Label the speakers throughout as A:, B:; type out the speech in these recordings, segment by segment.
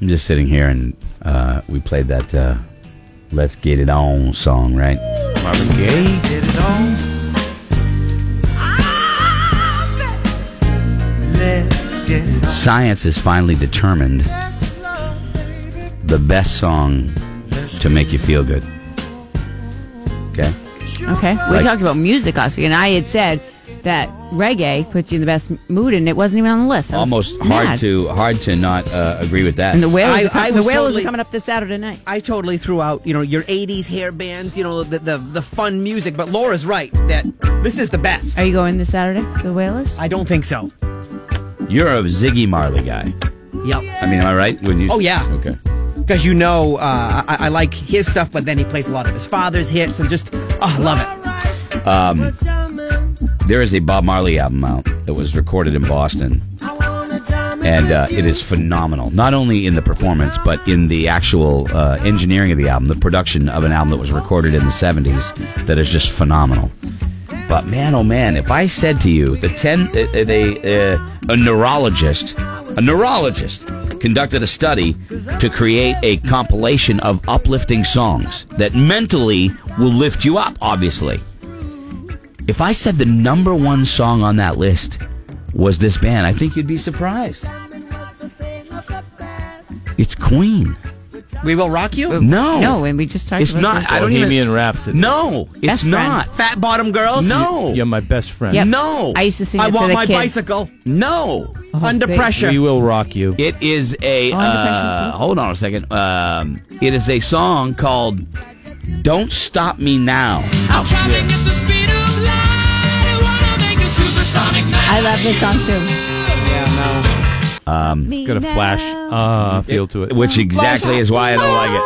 A: I'm just sitting here, and uh, we played that uh, "Let's Get It On" song, right?
B: Marvin Gaye.
C: Get it on. Let's get it on.
A: Science has finally determined
C: Let's love, baby.
A: the best song to make you feel good. Okay.
D: Okay. We
A: Like-
D: talked about music last week, and I had said that reggae puts you in the best mood, and it wasn't even on the list. I was
A: Almost
D: mad.
A: hard to hard to not uh, agree with that.
D: And the whalers,
B: I-
D: are, com-
B: I
D: the
B: was
D: whalers
B: totally-
D: are coming up this Saturday night.
B: I totally threw out, you know, your 80s hair bands, you know, the, the, the fun music. But Laura's right that this is the best.
D: Are you going this Saturday to the whalers?
B: I don't think so.
A: You're a Ziggy Marley guy.
B: Yep.
A: I mean, am I right? When you?
B: Oh, yeah.
A: Okay.
B: Because you know, uh, I, I like his stuff, but then he plays a lot of his father's hits and just, oh, I love it.
A: Um, There is a Bob Marley album out that was recorded in Boston, and uh, it is phenomenal. Not only in the performance, but in the actual uh, engineering of the album, the production of an album that was recorded in the '70s that is just phenomenal. But man, oh man, if I said to you the ten, uh, uh, they, uh, a neurologist, a neurologist conducted a study to create a compilation of uplifting songs that mentally will lift you up, obviously. If I said the number one song on that list was this band, I think you'd be surprised. It's Queen.
B: We Will Rock You?
A: No.
D: No, and we just talked
A: It's
D: about
A: not.
D: this.
A: I don't
E: Bohemian
A: even.
E: Rhapsody.
A: No, it's
D: Best friend.
A: not.
B: Fat Bottom Girls?
A: No.
E: You're my best friend.
D: Yep.
A: No.
D: I used to sing
B: I
D: it to
B: want
D: the
B: my
D: kids. Oh,
B: bicycle.
A: No.
B: Under
D: they-
B: pressure.
E: We will rock you.
A: It is a.
D: Oh, under pressure,
A: uh,
D: please.
A: hold on a second. Um, it is a song called "Don't Stop Me Now."
D: I love this song too.
A: Um,
E: It's got a flash uh, feel to it.
A: Which exactly is why I don't like it.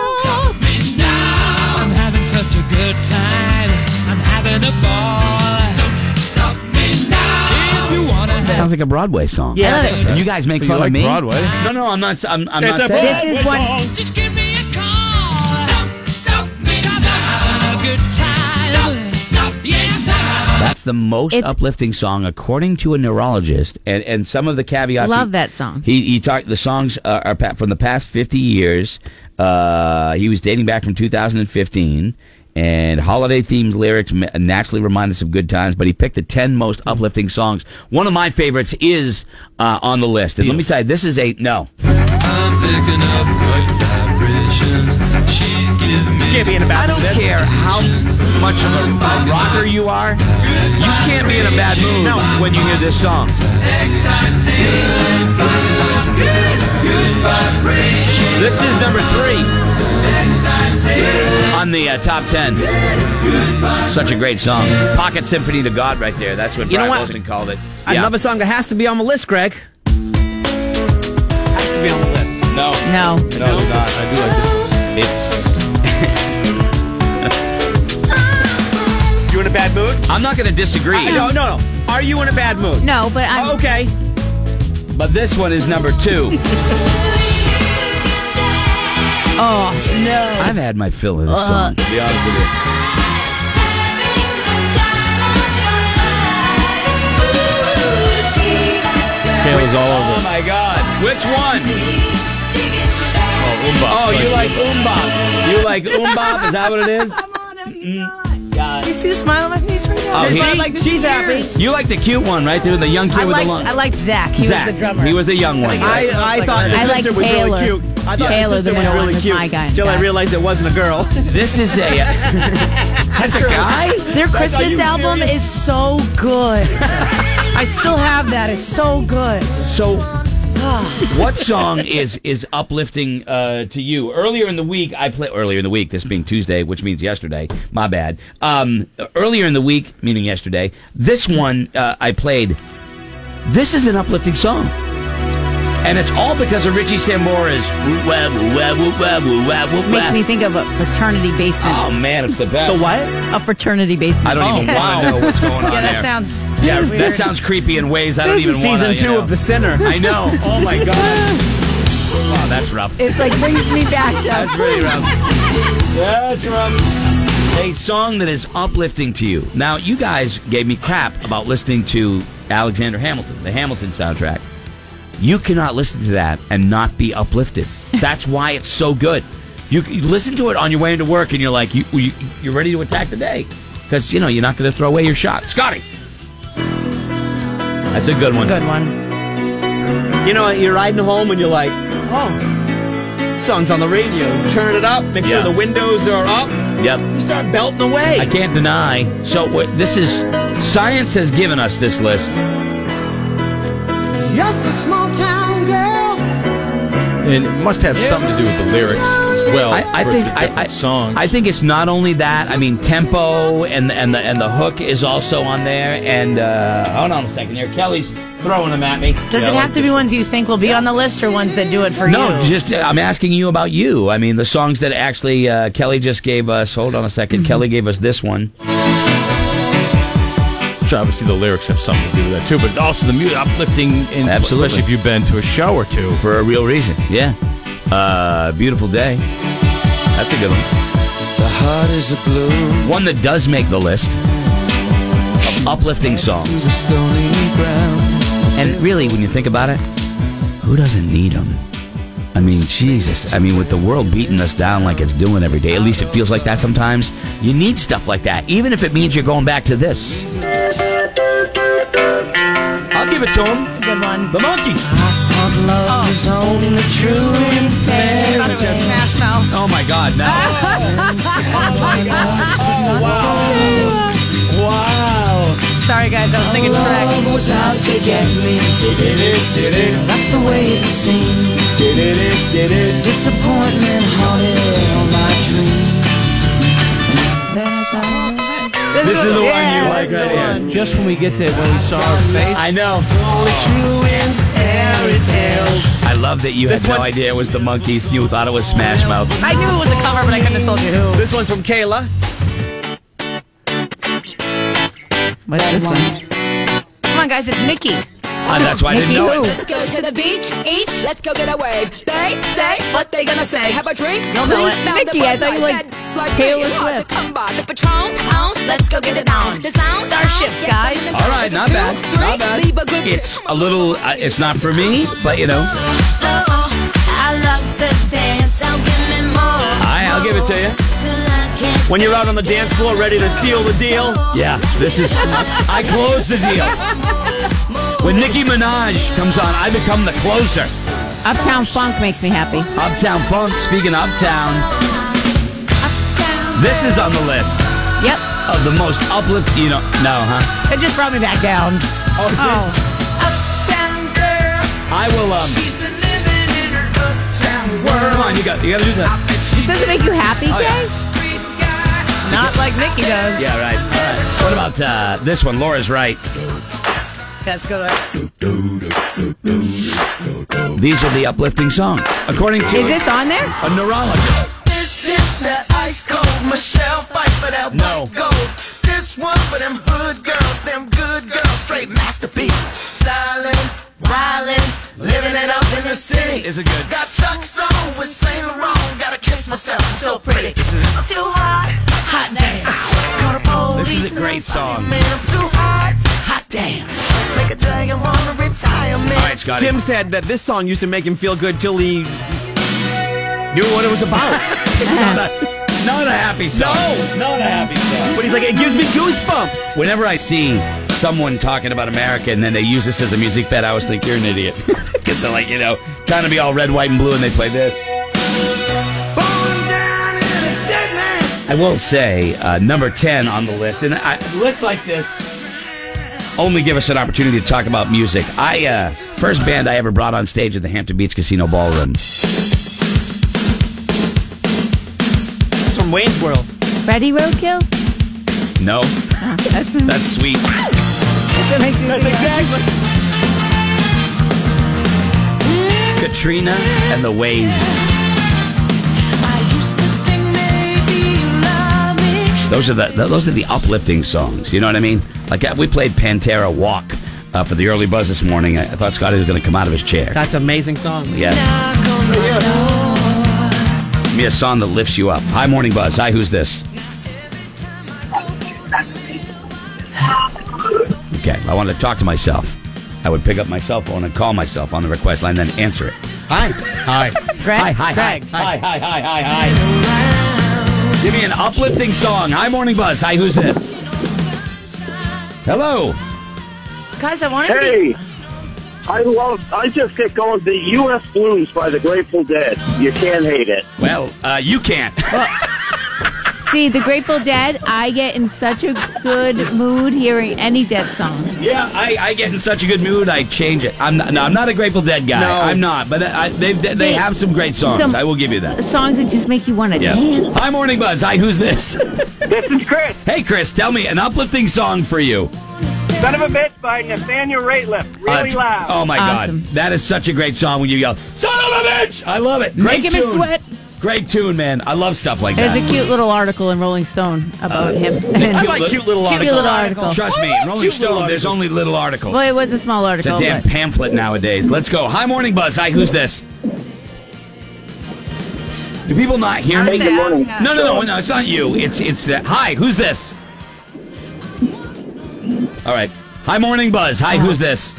F: I'm having such a good time. I'm having a ball. Don't stop me now. If you wanna have
A: Sounds like a Broadway song.
B: Yeah. I
A: You guys make
E: You
A: fun
E: like
A: of me.
E: Broadway?
A: No, no, I'm not. I'm, I'm
E: It's
A: not
E: a
A: saying.
D: This is one.
F: just give me a call. Don't stop me now. Having a good time. Don't stop me now.
A: That's the most
D: It's-
A: uplifting song, according to a neurologist, and, and some of the caveats.
D: Love
A: he-
D: that song.
A: He he talked. The songs are, are pa- from the past fifty years. Uh, he was dating back from 2015, and holiday themed lyrics ma- naturally remind us of good times. But he picked the ten most uplifting songs. One of my favorites is uh, on the list, and let me tell you, this is a no.
G: I'm picking up good vibrations. She's giving me
B: Can't be in a
A: I
B: bad
A: don't
B: position.
A: care how much of a, a rocker you are, you can't be in a bad mood when you hear this song. This is number three on the uh, top ten. Such a great song. Pocket Symphony to God, right there. That's what
B: You know
A: Brian
B: what?
A: Wilson called it.
B: I love a song that has to be on the list, Greg. Has to be on the list.
A: No,
D: No.
A: no, it's not. I do like this. It's.
B: You in a bad mood?
A: I'm not going to disagree.
B: I, no, no, no. Are you in a bad mood?
D: No, but I'm.
B: Oh, okay.
A: But this one is number two.
D: Oh, no.
A: I've had my fill Uh-huh. of this song. To be honest with you.
E: Taylor's all over.
A: Oh my God! Which one? Oh, you like Umbop? You like Umbop? Is that what it is?
H: You see the smile on my face right now?
A: Oh,
H: That's
A: he-
H: why I like this years.
B: she's happy.
A: You like the cute one, right? The, the young kid
H: I
A: with
H: liked,
A: the long.
H: I liked Zach. He
A: Zach.
H: was the drummer.
A: He was the young one.
B: I, I thought the
D: I like
B: sister was
D: Taylor.
B: really cute. I thought
D: Taylor,
B: the sister
D: the
B: was
D: middle one,
B: really
D: was
B: cute.
D: my guy and
B: Till I
D: guy.
B: realized it wasn't a girl.
A: this is a. That's a guy.
H: Their Christmas
B: you
H: album
B: serious?
H: is so good. I still have that. It's so good.
A: So, what song is is uplifting uh, to you? Earlier in the week, I play earlier in the week. This being Tuesday, which means yesterday. My bad. Um, earlier in the week, meaning yesterday, this one uh, I played. This is an uplifting song, and it's all because of Richie Sambora's. woo wah, woo wah, woo wah, woo wah, woo
D: This makes
A: wah.
D: me think of a fraternity basement.
A: Oh man, it's the best.
B: The what?
D: A fraternity basement.
A: I don't even
B: wow.
A: want to know what's going on
H: Yeah, that
A: there.
H: sounds.
A: yeah,
H: weird.
A: that sounds creepy in ways I don't even want
B: Season
A: to.
B: two of The Sinner.
A: I know. Oh my god. Wow, that's rough.
H: It's like brings me back to.
A: That's really rough. That's rough. A song that is uplifting to you. Now, you guys gave me crap about listening to Alexander Hamilton, the Hamilton soundtrack. You cannot listen to that and not be uplifted. That's why it's so good. You, you listen to it on your way into work, and you're like, you, you you're ready to attack the day because you know you're not going to throw away your shot, Scotty. That's a good one.
D: Good one.
B: You know, you're riding home and you're like, oh, song's on the radio. Turn it up. Make
A: Yeah.
B: sure the windows are up.
A: Yep.
B: You start belting away.
A: I can't deny. So what, this is science has given us this list.
C: Just a small town girl.
E: And it must have something to do with the lyrics as well.
A: I, I
E: Oh, for
A: think
E: the
A: I, I,
E: different songs.
A: I think it's not only that. I mean, tempo and the, and the and the hook is also on there. And uh, hold on a second here, Kelly's throwing them at me.
H: Does
A: Yeah,
H: it
A: like
H: have to be
A: this.
H: ones you think will be on the list or ones that do it for you?
A: No, just uh, I'm asking you about you. I mean, the songs that actually uh, Kelly just gave us. Hold on a 2nd
H: Mm-hmm.
A: Kelly gave us this one.
E: So obviously the lyrics have something to do with that too, but also the music uplifting. And
A: Absolutely.
E: especially if you've been to a show or two.
A: for a real reason. Yeah. Uh, beautiful day. That's a good one. The heart is a blue. One that does make the list of uplifting songs. And really, when you think about it, who doesn't need them? I mean, Jesus. I mean, with the world beating us down like it's doing every day, at least it feels like that sometimes, you need stuff like that, even if it means you're going back to this. I'll give it to him.
H: It's a good one.
A: The Monkeys.
H: Thought it was Smash Mouth.
A: Oh my God, now.
H: Sorry, guys, I was thinking
A: Oh,
H: Shrek.
A: This, is the
H: yeah,
A: one you like
H: this is
A: right
H: the
A: here.
H: one.
E: Just when we get to when we saw our face.
A: I know. I love that you had no idea it was the monkeys. You thought it was Smash Mouth.
H: I knew it was a cover, but I couldn't have told you who.
B: This one's from Kayla.
D: What's this one?
H: Come on, guys, it's Nikki.
A: Uh, that's why I didn't
D: Nikki
A: know it.
D: who?
I: Let's go to the beach, each, let's go get a wave. They say what they gonna say. Have a drink,
H: You'll know
I: clean,
H: it.
I: found a
D: Nikki,
I: bud
D: I thought you
I: light,
D: liked
I: bad blood,
D: Taylor
I: really hard
D: Swift.
I: to come by. The Patron, on, let's go get it on. The sound,
H: Starships,
I: on, yes,
H: guys.
I: the
A: All right,
I: sound.
A: not bad.
I: Two, three,
A: Not bad.
I: Leave a good
A: It's
I: tip.
A: a little, uh, it's not for me, but you know, I, I'll give it to you.
B: When you're out on the dance floor ready to seal the deal.
A: Yeah, this is, I close the deal. When Nicki Minaj comes on, I become the closer.
D: Uptown Funk makes me happy.
A: Uptown Funk, speaking of Uptown, this is on the list
D: Yep.
A: of the most uplift, you know, no, huh?
H: It just brought me back down. Oh,
A: I will. Um, come on, you got, you got to do that.
D: Does it make you happy,
A: Oh, yeah.
D: Kay?
H: not like Nikki does.
A: Yeah, right. All right. What about uh, this one? Laura's right.
H: That's good.
A: These are the uplifting songs, according to
D: Is this on there?
A: a neurologist.
C: This is that ice cold Michelle fight for that
A: No.
C: white gold. This one for them hood girls, them good girls, straight masterpieces. Styling, wildin', living it up in the city.
A: Is it good?
C: Got Chuck's on with Saint Laurent. Gotta kiss myself, I'm so pretty. I'm too hot, hot damn. Call the police
A: This is a
C: and
A: great song.
C: Man, I'm too hot, hot damn. Make a dragon wanna retire, man.
A: All right, Scotty.
B: Tim said that this song used to make him feel good till he knew what it was about.
A: not a happy song. No, not a happy song.
B: but he's like, it gives me goosebumps.
A: Whenever I see someone talking about America and then they use this as a music bed, I always think you're an idiot. Because they're like, you know, kind of be all red, white, and blue, and they play this.
C: Born down in a deadlands.
A: I will say, uh, number 10 on the list, and I, lists like this only give us an opportunity to talk about music. I, uh, first band I ever brought on stage at the Hampton Beach Casino Ballroom.
B: It's from Wayne's World.
D: Ready, Roadkill?
A: No,
D: That's, that
A: that's sweet.
D: makes me feel good.
B: exactly.
A: Katrina and the Waves. Those are the th- those are the uplifting songs. You know what I mean? Like uh, we played Pantera Walk uh, for the early buzz this morning. I, I thought Scotty was going to come out of his chair.
B: That's an amazing song.
A: Yeah. Give me a song that lifts you up. Hi, Morning Buzz. Hi, who's this? Okay, I wanted to talk to myself. I would pick up my cell phone and call myself on the request line, then answer it.
B: Hi. Hi.
D: Greg?
A: Hi, hi, hi,
D: Greg.
A: hi, hi, hi, hi, hi. Give me an uplifting song. Hi, Morning Buzz. Hi, who's this? Hello.
H: Guys, I wanted to be.
J: Hey, I love. I just get going. The U.S. Blues by the Grateful Dead. You can't hate it.
A: Well, uh, you can't.
D: See, the Grateful Dead, I get in such a good mood hearing any Dead song.
A: yeah, I, I get in such a good mood, I change it. I'm not, no, I'm not a Grateful Dead guy.
B: No.
A: I'm not, but I, they, they, they
D: They-
A: have some great songs.
D: some-
A: I will give you that.
D: Songs that just make you want to
A: Yeah.
D: dance.
A: Hi, Morning Buzz. Hi, who's this?
J: This is Chris,
A: hey, Chris, tell me an uplifting song for you.
J: son of a bitch by Nathaniel Rateliff.
A: Uh,
J: Really
A: it's-
J: loud.
A: Oh my
D: Awesome.
A: god, that is such a great song when you yell, "Son of a bitch!" I love it. Great
D: Making me
A: tune.
D: sweat.
A: Great tune, man. I love stuff like
D: There's
A: that.
D: a cute little article in Rolling Stone about him.
A: I
B: I like cute little
D: Cute
B: articles.
D: little article.
A: Trust me, in Rolling
B: Cute little
A: Stone. There's
B: articles.
A: only little articles.
D: Well, it was a small
A: it's a
D: article.
A: damn
D: but-
A: pamphlet nowadays. Let's go. Hi, Morning Buzz. Hi, who's this? Do people not hear me?
D: Honestly, I don't
J: morning.
D: know.
A: No, no, no, no. It's not you. It's it's that. Hi, who's this? All right. Hi, Morning Buzz. Hi, who's this?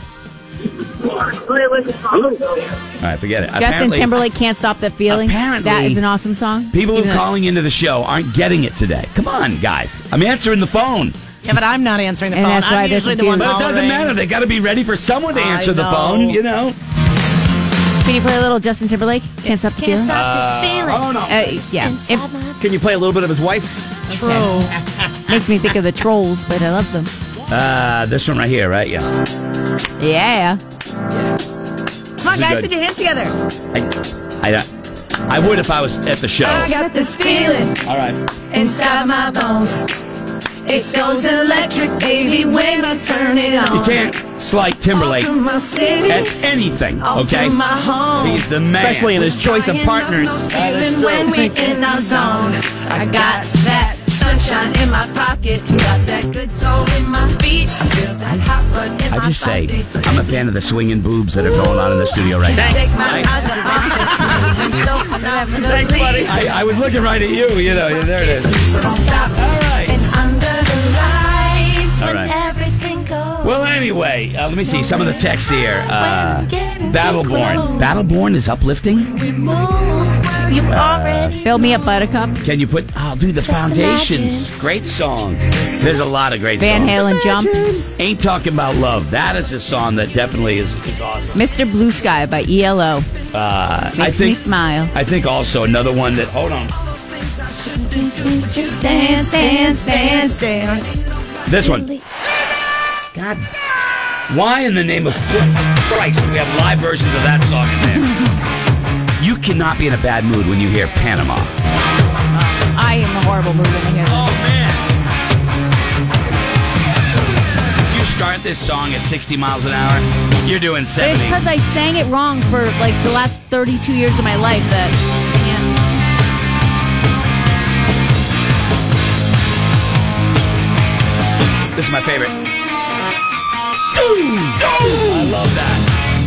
A: All right, forget it.
D: Justin
A: Apparently-
D: Timberlake can't stop that feeling.
A: Apparently-
D: that is an awesome song.
A: People who
D: Even
A: are
D: though-
A: calling into the show aren't getting it today. Come on, guys. I'm answering the phone.
H: Yeah, but I'm not answering the
D: And
H: phone.
D: that's why
H: I'm
D: they're
H: usually the one
D: confused.
A: But it doesn't
H: hollering.
A: matter. They got to be ready for someone to
H: I
A: answer the
H: know.
A: phone, you know?
D: Can you play a little Justin Timberlake? Can't stop the feeling.
A: Oh, no.
D: Uh, yeah, it
B: Can you play a little bit of his wife?
H: True.
D: makes me think of the trolls, but I love them.
A: Uh, this one right here, right? Yeah.
D: Yeah. Come
A: This is
D: on, guys,
A: good.
D: put your hands together.
A: I, I, don't- I would if I was at the show.
D: got this feeling.
A: All right.
F: Inside my bones, it goes electric, baby, when I turn it
A: You
F: on.
A: can't slight Timberlake
F: Through my city,
A: at anything,
F: off
A: okay?
F: through my home.
A: He's the man.
B: Especially in his choice of partners.
F: I ain't got no feeling when we in our zone. I got that sunshine in my pocket, got that good soul in my feet. I feel that hot blood in
A: I
F: my
A: just say,
F: body.
A: I'm a fan of the swinging boobs that are going on in the studio right now.
F: Take my eyes off it. so phenomenally.
A: I, I was looking right at you, you know. There it is.
F: So don't stop.
A: All right.
F: And under the lights,
A: All
F: when
A: right.
F: everything goes.
A: Well, anyway, uh, let me see some of the text here. Uh, Battleborn. Battleborn is uplifting.
F: we move, you
A: Uh,
F: already
D: Fill me up, Buttercup.
A: Can you put? Oh, dude, the Foundations.
F: imagine.
A: Great song. There's a lot of great
D: Van
A: songs.
D: Halen Jump.
A: Ain't talking about love. That is a song that definitely is. is awesome.
D: Mr. Blue Sky by E ELO.
A: Uh, I
D: Makes me
A: think.
D: smile.
A: I think also another one that. Hold on.
F: dance, dance, dance, dance.
A: This one. God. Why in the name of Christ do we have live versions of that song in there? You cannot be in a bad mood when you hear Panama.
D: I am a horrible mood when I hear that.
A: Oh man. If you start this song at 60 miles an hour, you're doing
D: But
A: 70.
D: it's because I sang it wrong for like the last 32 years of my life that.
A: This is my favorite. I love that.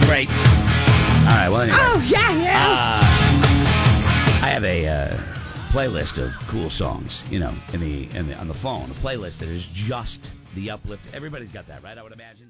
A: Great. All right, well, anyway. Oh, yeah, yeah. I have a uh, playlist of cool songs, you know, in the, in the on the phone, a playlist that is just the uplift. Everybody's got that, right? I would imagine.